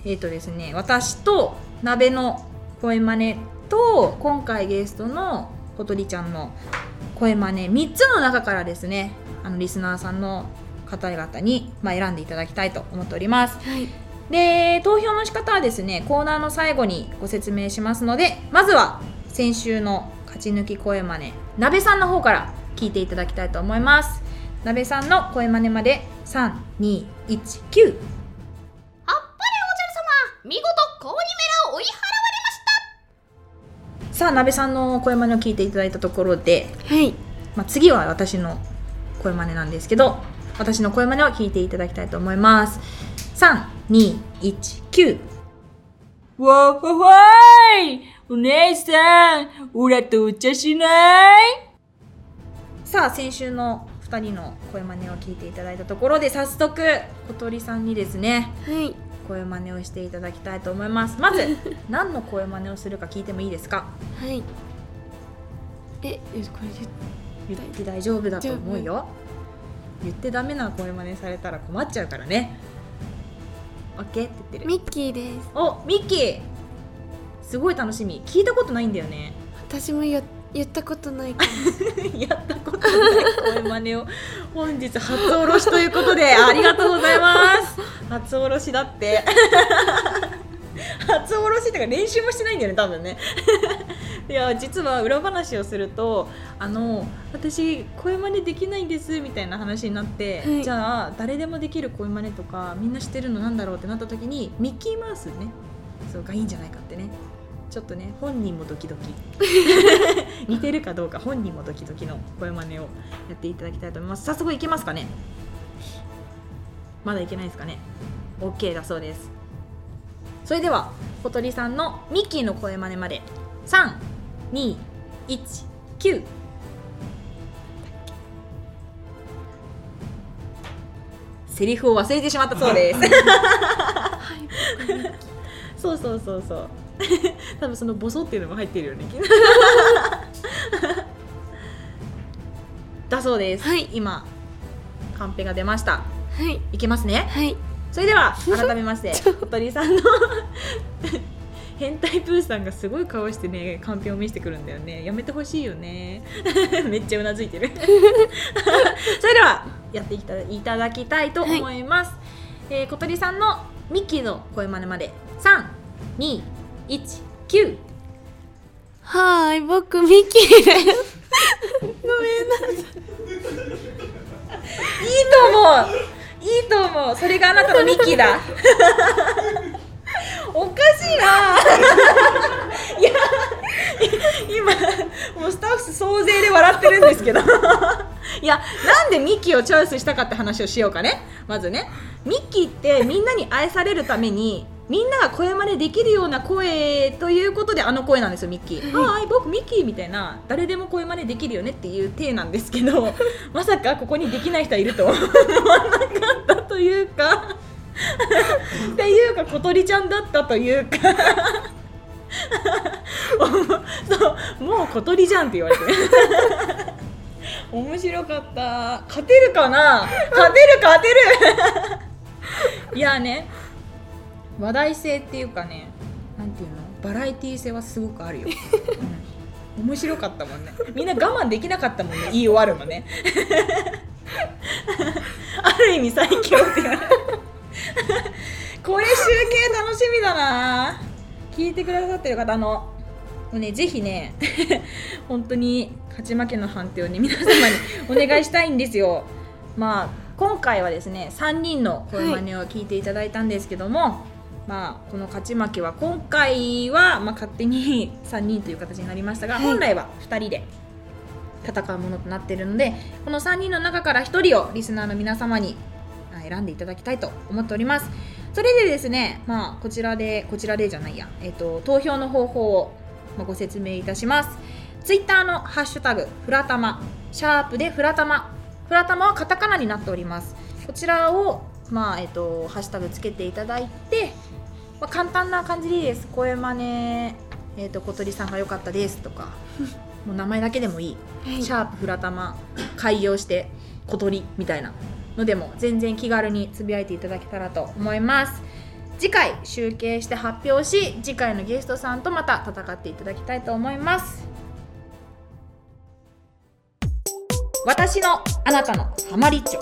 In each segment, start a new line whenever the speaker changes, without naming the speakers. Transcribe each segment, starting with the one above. えっとですね、私と鍋の声真似と今回ゲストの小鳥ちゃんの声真似三つの中からですね、あのリスナーさんの方々にまあ選んでいただきたいと思っております。
はい
で投票の仕方はですねコーナーの最後にご説明しますのでまずは先週の勝ち抜き声真似なべさんの方から聞いていただきたいと思いますなべさんの声真似まで3219
あっぱれおじゃる様見事コウニメラを追い払われました
さあなべさんの声真似を聞いていただいたところで、
はい
まあ、次は私の声真似なんですけど私の声真似を聞いていただきたいと思います3219わほほいお姉さんオラとお茶しないさあ先週の2人の声真似を聞いていただいたところで早速小鳥さんにですね
はい
声真似をしていただきたいと思いますまず 何の声真似をするか聞いてもいいですか
はいえよしこれ言っ
言って大丈夫だと思うよ言ってダメな声真似されたら困っちゃうからね OK って言ってる
ミッキーです
おミッキーすごい楽しみ聞いたことないんだよね
私もよ言ったことないか
やったことない声真似を本日初おろしという ことでありがとうございます初おろしだって 初おろしってか練習もしてないんだよね多分ね いや実は裏話をするとあの私声真似できないんですみたいな話になって、
はい
じゃあ誰でもできる声真似とかみんな知ってるのなんだろうってなった時にミッキーマウスねそうがいいんじゃないかってねちょっとね本人もドキド キ似てるかどうか本人もドキドキの声真似をやっていただきたいと思います早速いけますかねまだいけないですかね OK だそうですそれでは小鳥さんのミッキーの声真似まで3219セリフを忘れてしまったそう です
はい
そうそうそうそう 多分そのボソっていうのも入ってるよね だそうです、
はい
今カンペが出ました
はい
いけますね
はい
それでは改めまして小鳥さんの 変態プーさんがすごい顔してねカンペを見せてくるんだよねやめてほしいよね めっちゃうなずいてる それではやっていただいただきたいと思います、えー小鳥さんのミッキーの声真似まで3219
はーい僕ミッキーですごめんなさい
と思ういいと思うそれがあなたのミッキーだおかしいないや今もうスタッフ総勢で笑ってるんですけどいやなんでミッキーをチョイスしたかって話をしようかねまずねミッキーってみんなに愛されるためにみんなが声真似できるような声ということであの声なんですよミッキー「はい僕ミッキー」みたいな誰でも声真似できるよねっていう体なんですけど まさかここにできない人はいるとは思わなかったというか っていうか小鳥ちゃんだったというか そうもう小鳥じゃんって言われて面白かった勝てるかな勝てる勝てる いやね話題性っていうかねなんていうのバラエティー性はすごくあ るよ、うん面白かったもんねみんな我慢できなかったもんね言い終わるのね ある意味最強って言われるこれ集計楽しみだな聞いてくださってる方あのもうねぜひね 本当に勝ち負けの判定をね皆様にお願いしたいんですよまあ今回はですね3人の声真似を聞いていただいたんですけども、まあこの勝ち負けは今回は、まあ、勝手に3人という形になりましたが、
はい
本来は2人で戦うものとなっているのでこの3人の中から1人をリスナーの皆様にあ選んでいただきたいと思っておりますそれでですねまあこちらでこちらでじゃないや、えっと投票の方法をまあご説明いたしますツイッターのハッシュタグフラタマシャープでフラタマフラタマはカタカナになっておりますこちらをまあえっとハッシュタグつけていただいて、まあ、簡単な感じでいいです声真似えっと小鳥さんが良かったですと かもう名前だけでもいい
はい
シャープフラタマ開業して小鳥みたいなのでも全然気軽につぶやいていただけたらと思います次回集計して発表し次回のゲストさんとまた戦っていただきたいと思います私のあなたのハマリッチョ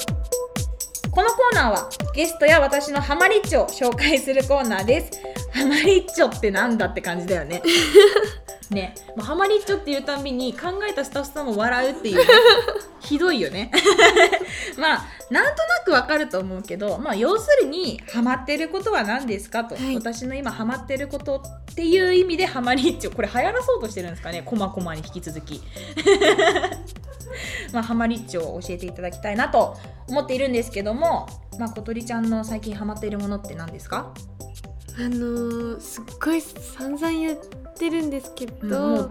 このコーナーはゲストや私のハマリッチョを紹介するコーナーですハマリッチョってなんだって感じだよねね、まあ、ハマリッチョっていうたんびに考えたスタッフさんも笑うっていうね、ひどいよね まあなんとなくわかると思うけど、まあ、要するにハマってることは何ですかと、
はい
私の今ハマってることっていう意味でハマリッチョこれ流行らそうとしてるんですかねこまこまに引き続き まあハマリッチョを教えていただきたいなと思っているんですけども、まあ、小鳥ちゃんの最近ハマっているものって何ですか、
あのー、すっごい散々言ってるんですけ
うん
ど、
もうう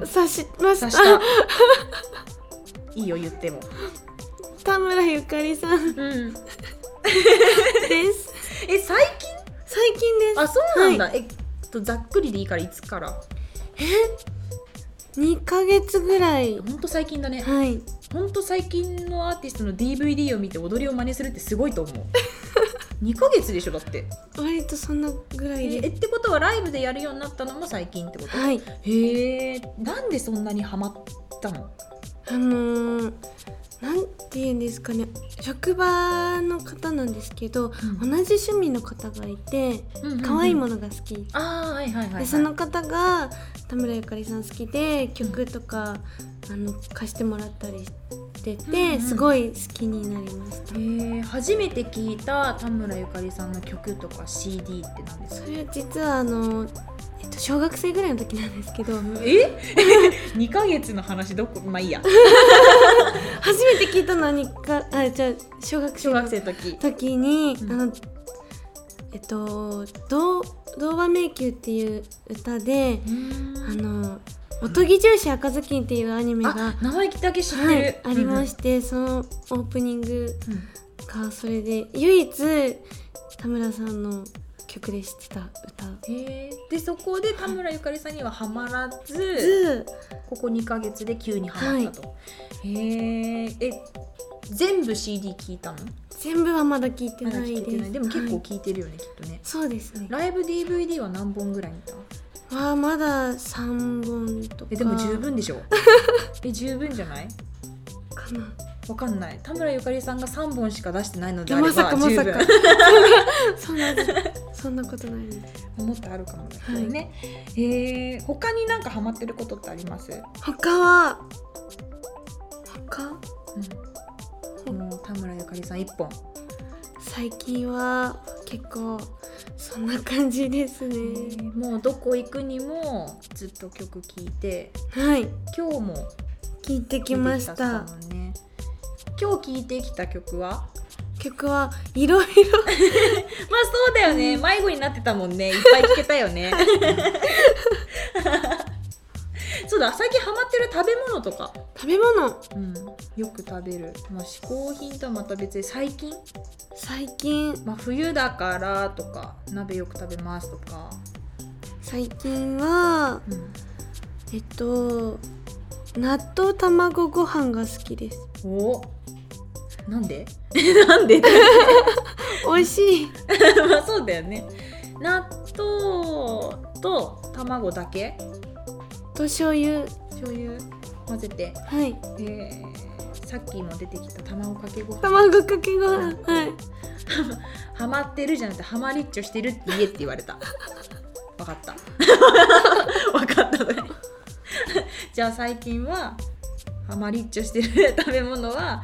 ん、
察しました
刺し たいいよ言っても、
田村ゆかりさん
うん、
です
え最近
最近です
あそうなんだ、えっとざっくりでいいからいつから
2ヶ月ぐらい
ほんと最近だね
はい
ほんと最近のアーティストの DVD を見て踊りを真似するってすごいと 思う2ヶ月でしょだって
割とそんなぐら
え
い
え
で
ってことはライブでやるようになったのも最近ってこと
はい
へえなんでそんなにハマったの
あのー、なんて言うんですかね職場の方なんですけど同じ趣味の方がいて可愛いも
の
のが好き、
ああはいはいはい、はい、
でその方が田村ゆかりさん好きで曲とか、あの貸してもらったりしてて、
うんうん
すごい好きになりました
へー初めて聞いた田村ゆかりさんの曲とか CD って何です
そ
か
れ実はあの、えっと、小学生ぐらいの時なんですけど
え ?2 ヶ月の話どこまあいいや
初めて聞いたのはにかあじゃあ小学生
小
の
学生の時
時に、
うん
あのえっと「童童話迷宮」っていう歌であの「おとぎ重視赤ずきん」っていうアニメが、
あ名前だけ知ってる、
はい、ありま
し
して、そのオープニング
た、
がそれで唯一田村さんの曲で知ってた歌
へーでそこで田村ゆかりさんにはハマらず
ず
ここ2ヶ月で急にハマったと、へーえ全部 CD 聞いたの
全部はまだ聞いて
まだ
な
聞
い
いて
で
な
す
いでも結構
はい
聞いてるよね、きっとね
そうですね
ライブ DVD は何本ぐらい見た
はまだ3本とか
えでも十分でしょえ十分じゃない
かな
わかんない田村ゆかりさんが3本しか出してないのであれば
まさかまさか
十 分
そんなそんなことないです
もっとあるかもだけどね、えー他になんかハマってることってあります、
他は他
もう田村ゆかりさん一本
最近は結構そんな感じですね、
もうどこ行くにもずっと曲聴いて
はい
今日も
聞いてき
聴い
ま
て
し
きた
た
もんね今日聴いてきた曲は
曲はいろい
ま
ろ
あそうだよね迷子になってたもんねいっぱい聴けたよね そうだ最近ハマってる食べ物とか、
食べ物
うん、よく食べる、まあ、嗜好品とはまた別に最近、
最近
まあ、冬だからとか鍋よく食べますとか、
最近は
うん、
えっと納豆卵ご飯が好きです
おなんでなん で
美味しい
まあそうだよね納豆と卵だけ
と醤油
醤油混ぜて
はい
でさっきも出てきた卵かけご飯
卵かけご飯はい
ハマってるじゃなくてハマリッチョしてるって言えって言われ たわかったわかったね じゃあ最近はハマリッチョしてる食べ物は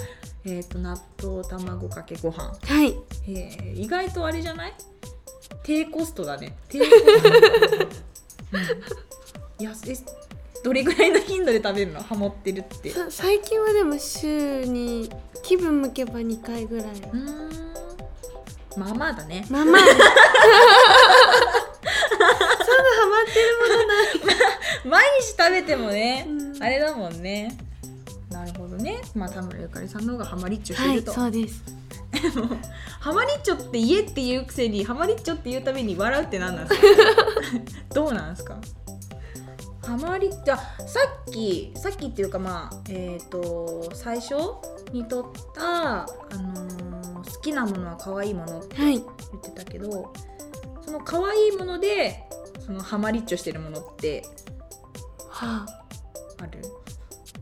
えっ、と納豆卵かけご飯
はい
えー意外とあれじゃない低コストだね低コスト、う ん、いやえどれぐらいの頻度で食べるのハモってるってう
さ最近はでも週に気分向けば2回ぐらい
ーんまあまあだね
まあ まあそんなハマってる
毎日食べてもね、
うん
あれだもんねなるほどねまあ田村ゆかりさんの方がハマリッチョし
は
て
い
ると、
そうです
ハマリッチョって言えって言うくせにハマリッチョって言うたびに笑うって何なんですか どうなんですかハマリッチョあさっきさっきっていうかまあえっ、と最初に撮った、あのー好きなものは可愛いものって
はい
言ってたけどその可愛いものでそのハマリッチョしてるものって
は
ある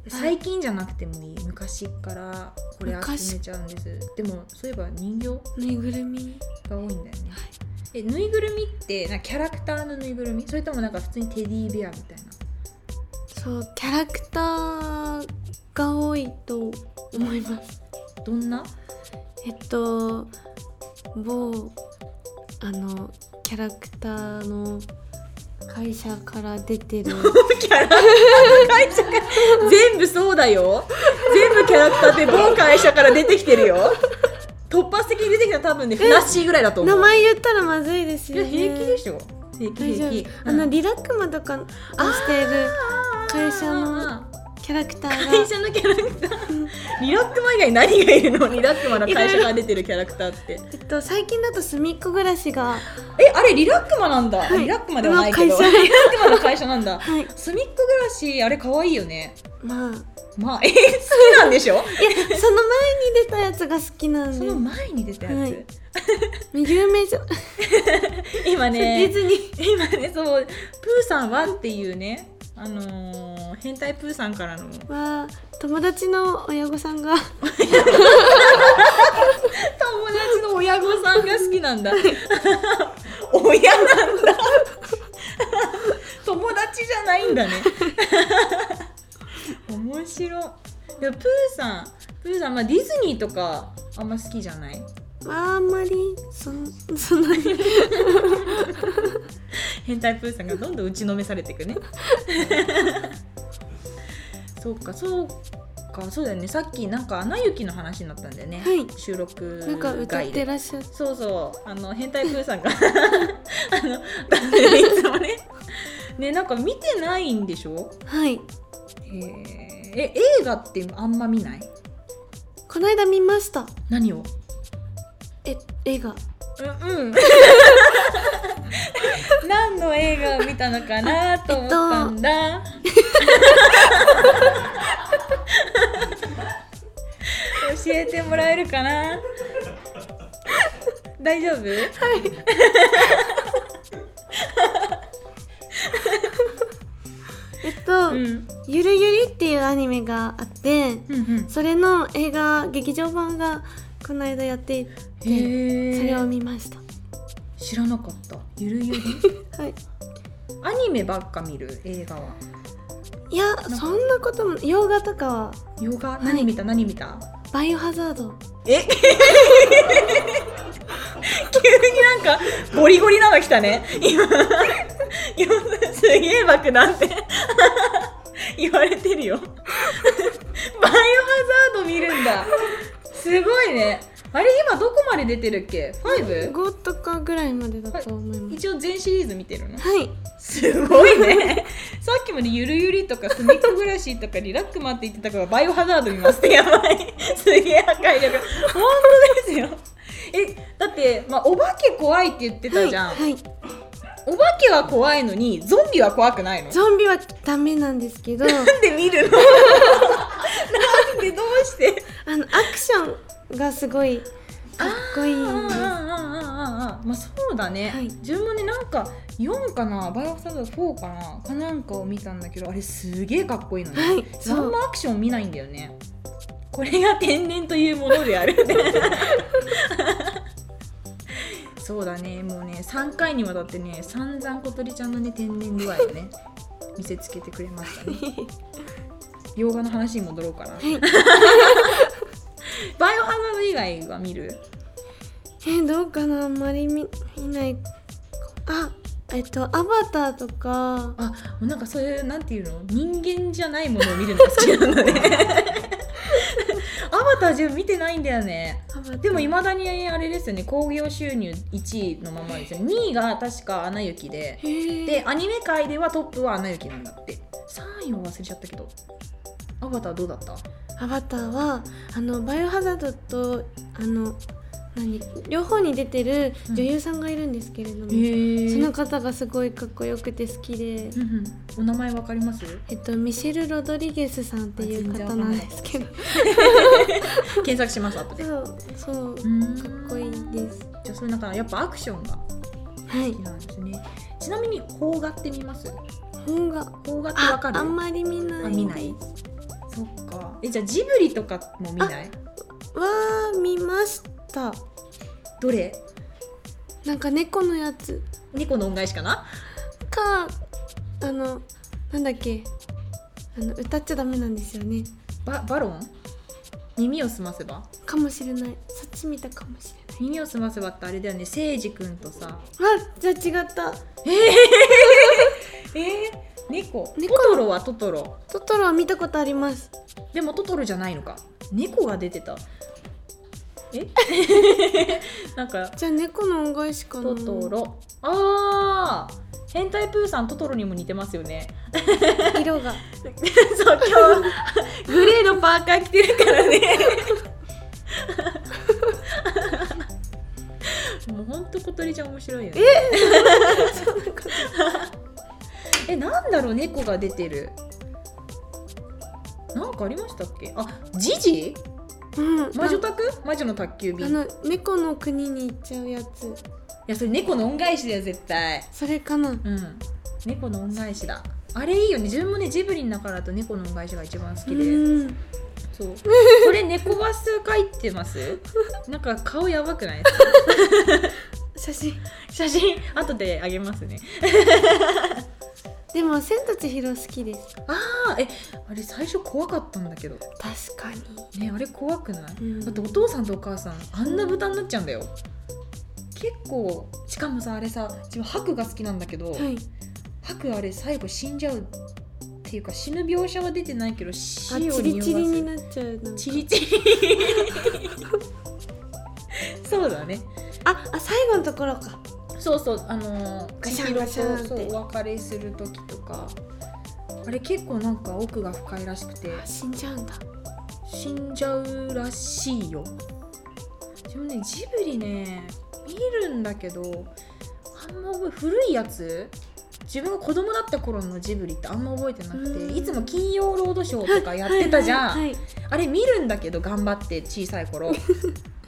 最近じゃなくてもいい昔からこれ集めちゃうんですでもそういえば人形
あぬいぐるみ
が多いんだよね。えぬいぐるみってなんかキャラクターのぬいぐるみそれともなんか普通にテディベアみたいな
そうキャラクターが多いと思います
どんな
えっと某あのキャラクターの会社から出 てる
キャラクターの会社が 全部そうだよ全部キャラクターって某会社から出てきてるよ突発的に出てきたら多分ねふなっしーぐらいだと思
名
う
前言ったらまずいです
い
よ
や
ね
平気でしょ平気
大丈
平気
夫あのリラックマとかをしている会社の
あー
キャラクター
会社のキャラクター リラックマ以外何がい るのリラックマの会社から出てるキャラクターって
えっと、最近だとすみっこ暮らしが、
えあれリラックマなんだ、
はい
リラックマではないけど
の会社
リラックマの会社なんだ
はい、
すみっこ暮らしあれ可愛いよね
まあ、いや、
まあえ好きなんでしょ
その前に出たやつが好きな
その
んで、
前に出たやつ、
はい有名じゃ、
今
ディ
ね
ズニー。
今ねそうプーさんはっていうねあのー変態プーさんからの友
は友達の親御さんが
達の親御さんが好きなんだ親なんだ友達じゃないんだね面白いでもプーさんプーさん、まあ、ディズニーとかあんま好きじゃない
あんまりそんそんなに
変態プーさんがどんどん打ちのめされてい くねそうかそうかそうだよねさっきなんか「アナ雪」の話になったんだよね、
はい
収録外で
なんか歌ってらっしゃる
そうそうあの変態プー さんがあのだっていつもねねなんか見てないんでしょ
はい
へーえ映画ってあんま見ない
この間見ました
何を
え映画
うんうん 何の映画を見たのかなと思ったんだ、 教えてもらえるかな大丈夫はい
えっと、
うんうん
ゆるゆりっていうアニメがあって
うん
それの映画劇場版がこの間やっていて
へー
それを見ました
知らなかったゆるゆ る
はい
アニメばっか見る映画はい
やそんなことも洋画とかは
ヨガ
い
何見た、何見た
バイオハザード
え急になんかゴリゴリなの来たね今今すげえ爆弾って言われてるよバイオハザード見るんだすごいねあれ今どこまで出てるっけ 5?
5とかぐらいまでだと思います
一応全シリーズ見てるの
はい
すごいね さっきまでゆるゆりとかすみっこ暮らしとかリラックマって言ってたからバイオハザード見ますってやばいすげえ破壊力本当ですよえだって、まあ、お化け怖いって言ってたじゃん、
はい、はい
お化けは怖いのにゾンビは怖くないの
ゾンビはダメなんですけ ど
なんで見るの なんでどうして
あのアクションがすごいかっこいい
ああ
んです
ああああまあそうだね、
はい
自分もねなんか4かなバイオハザード4かなかなんかを見たんだけどあれすげえかっこいいのね、
はい
何
そう
もアクション見ないんだよねこれが天然というものであるそうだねもうね3回にわたってね散々小鳥ちゃんのね天然具合をね見せつけてくれましたね洋画の話に戻ろうかな、バイオハザード以外は見る
えーどうかなあんまり見見ないあえっとアバターとか
あもうなんかそういうなんていうの人間じゃないものを見るのが好き なんだねアバター自分見てないんだよね
アバター
でもいまだにあれですよね興行収入1位のままですよね2位が確か「アナ雪で」
へー
でアニメ界ではトップは「アナ雪」なんだって3位を忘れちゃったけどアバターどうだった
アバターはあのバイオハザードとあの何両方に出てる女優さんがいるんですけれども、そ
そ
の
の
方がすごいかっこよくて好きで、
うんうんお名前わかります
えっと、ミシェル・ロドリゲスさんっていう方なんですけど
検索します後で
そうそうか
ん
っこいいです
じゃあそれだからやっぱアクションが
は
好
い
きなんですねちなみに邦画って見ます
本が
邦画ってわ
あ
かる
あんまり見ない
あ見ないそっかえじゃあジブリとかも見ない
は見ました
どれ
なんか猫のやつ
猫の恩返しかな
かあのなんだっけあの歌っちゃダメなんですよね
ババロン耳をすませば
かもしれないそっち見たかもし
耳をすませばってあれだよねせいじくんとさ
れないあじゃあ違った
えー、猫
猫
トトロはトトロ
トトロは見たことあります
でもトトロじゃないのか猫が出てたえなんか
じゃあ猫の恩返しかな
トトロあー変態プーさんトトロにも似てますよね
色が
そう今日グレーのパーカー着てるからねもうほんと小鳥ちゃん面白いよねええなんだろう猫が出てるなんかありましたっけあジジ
うん
魔女宅魔女の宅急便
あ
い
の猫の国に行っちゃうやつ
やそれ猫の恩返しだよ絶対
それかな
うん猫の恩返しだあれいいよね自分もねジブリの中だと猫の恩返しが一番好きで
うん
そうこれ猫バス書いて ますなんか顔やばくない
写真
写真後であげますね
でも「千と千尋」好きです
ああえあれ最初怖かったんだけど
確かに
ねあれ怖くない、
うん
だってお父さんとお母さんあんな豚になっちゃうんだよ結構しかもさあれさ自分白が好きなんだけど、
はい
白あれ最後死んじゃうっていうか死ぬ描写は出てないけど死
あ
を匂わ
チ
す
リチリになっちゃうの
チリチ リそうだね
ああ最後のところか
そうそうあのー
ガシャンガシャンっ
千尋
て
とそうお別れする時とかあれ結構なんか奥が深いらしくて
あ死んじゃうんだ
死んじゃうらしいよでもねジブリね見るんだけどあんま覚え古いやつ自分が子供だった頃のジブリってあんま覚えてなく
う
て
ん
いつも「金曜ロードショー」とかやってたじゃん、
はいはいはいはい
あれ見るんだけど頑張って小さい頃10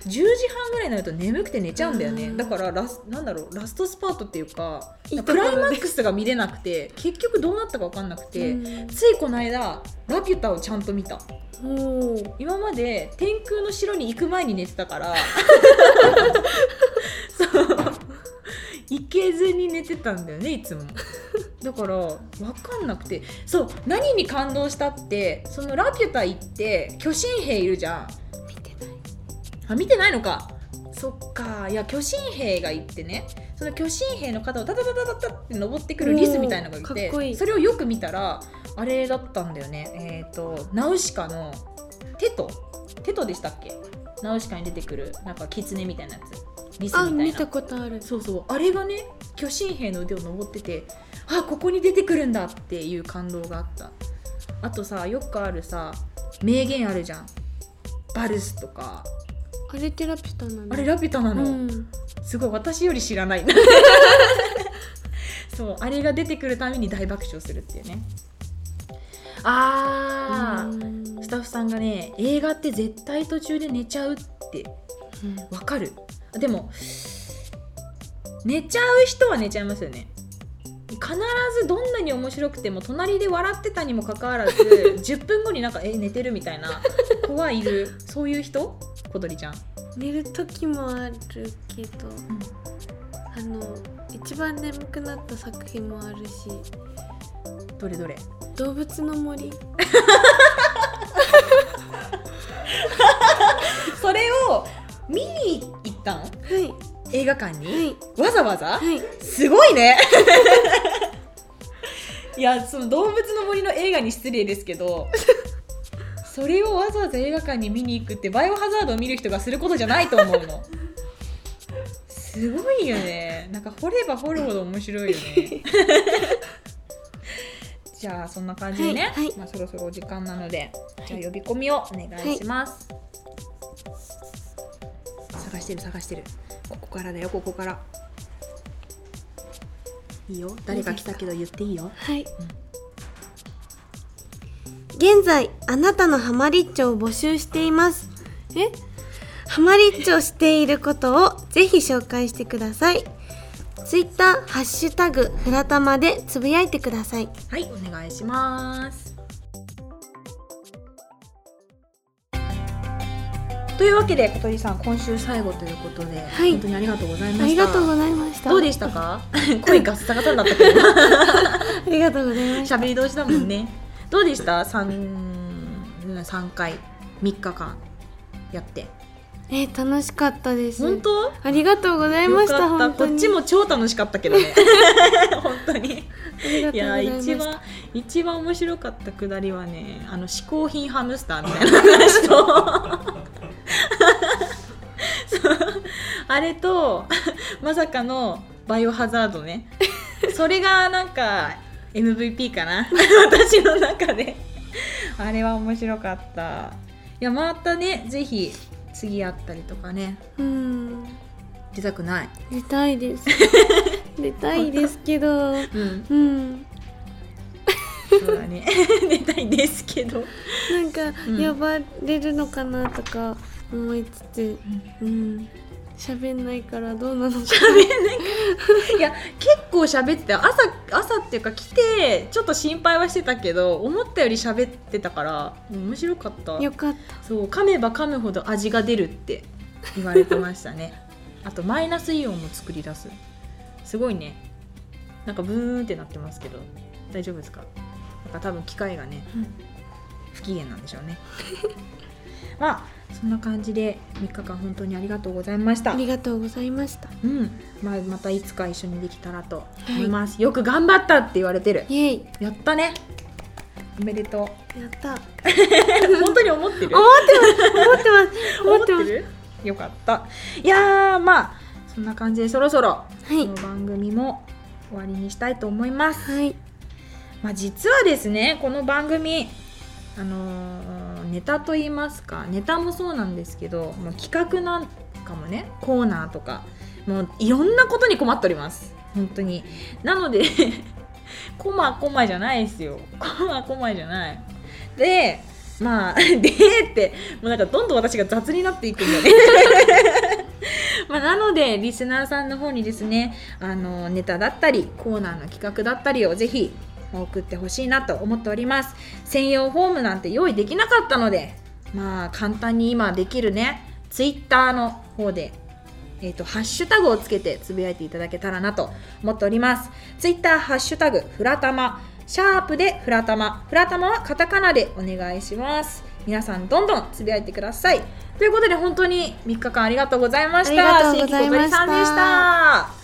時半ぐらいになると眠くて寝ちゃうんだよね
うん
だからラスなんだろうラストスパートっていうか
いいと
ク
ころ
ラ
で
イマックスが見れなくて結局どうなったか分かんなくて、ついこの間ラピュタをちゃんと見た
うんおー
今まで天空の城に行く前に寝てたからそう行けずに寝てたんだよねいつもだから分かんなくてそう何に感動したってそのラピュタ行って巨神兵いるじゃんあ見てないのかそっかいや巨神兵がいてねその巨神兵の方をタタタタタタって登ってくるリスみたいなのがい
おー
て
かっこいい
それをよく見たらあれだったんだよねえっ、とナウシカのテトテトでしたっけナウシカに出てくるなんか狐みたいなやつリスみたい
あ
な
見たことある
そうそうあれがね巨神兵の腕を登っててあここに出てくるんだっていう感動があったあとさよくあるさ名言あるじゃんバルスとか
あれテラピュタなの
あれラピュタなの、
うん、
すごい私より知らない そうあれが出てくるために大爆笑するっていうねあー
うん
スタッフさんがね映画って絶対途中で寝ちゃうってわかるあでも寝ちゃう人は寝ちゃいますよね必ずどんなに面白くても隣で笑ってたにもかかわらず10分後になんかえ寝てるみたいな子はいるそういう人小鳥ちゃん
寝る時もあるけど、あの一番眠くなった作品もあるし
どれどれ
「動物の森」
それを見に行ったん
はい
映画館に、
はい
わざわざ
はい
すごい ねいやその動物の森の映画に失礼ですけどそれをわざわざ映画館に見に行くってバイオハザードを見る人がすることじゃないと思うのすごいよねなんか掘れば掘るほど面白いよ ねじゃあそんな感じでね、
はいはい
まあ、そろそろお時間なので、じゃあ呼び込みをお願いします、探してる探してるここからだよここからいいよ誰が来たけど言っていいよ
はい、現在あなたのハマリッチョを募集していますえハマリッチョをしていることをぜひ紹介してくださいツイッターハッシュタグフラタマでつぶやいてください
はいお願いしますというわけで小鳥さん今週最後ということで、
はい
本当にありがとうございました
ありがとうございました
どうでしたか 声ガッサガサになった けど
ありがとうございました
喋り同士だもんねどうでした三三回三日間やって
え楽しかったです
本当
ありがとうございま
よ
した
かった
本
こ
当に
っちも超楽しかったけ どね本当に
ありが
いや
とうござ
一
いました
番一番面白かったくだりはねあの嗜好品ハムスターみたいな話とそうあれとまさかのバイオハザードねそれがなんか MVP かな私の中であれは面白かったいやまたねぜひ次あったりとかね
うん
出たくない、
出た いです出たいですけど
うん、
うん
そうだね 出たいですけど
なんか
うん
呼ばれるのかなとか思いつつ、うん、喋んないからどうなのか。
いや結構喋ってたよ朝朝っていうか来てちょっと心配はしてたけど思ったより喋ってたから面白かった
よかった。
そう噛めば噛むほど味が出るって言われてましたね あとマイナスイオンも作り出すすごいねなんかブーンってなってますけど大丈夫ですかなんか多分機械がね、
うん
不機嫌なんでしょうねまあそんな感じで3日間本当にありがとうございました
ありがとうございました。
うん、まあ、またいつか一緒にできたらと思います、よく頑張ったって言われてる
イエイ、
やったねおめでとう
やった。思 っ
本当に思ってる
てます。 思ってます。
るよかったいやーまあそんな感じでそろそろ
は
こ
い
の。番組も終わりにしたいと思います、
はい。
まあ、実はですねこの番組あのーネタと言いますかネタもそうなんですけどもう企画なんかもねコーナーとかもういろんなことに困っております本当になので コマコマじゃないですよコマコマじゃないでまあ でってもうなんかどんどん私が雑になっていくんだね まあなのでリスナーさんの方にですねあのネタだったりコーナーの企画だったりをぜひ送ってほしいなと思っております専用フォームなんて用意できなかったのでまあ簡単に今できるねツイッターの方でえっ、と、ハッシュタグをつけてつぶやいていただけたらなと思っております。ツイッター、ハッシュタグ、フラタマ、シャープでフラタマ、フラタマはカタカナでお願いします。皆さんどんどんつぶやいてくださいということで本当に3日間ありがとうございました
ありがとうございま
椎木小鳥
した
さんでした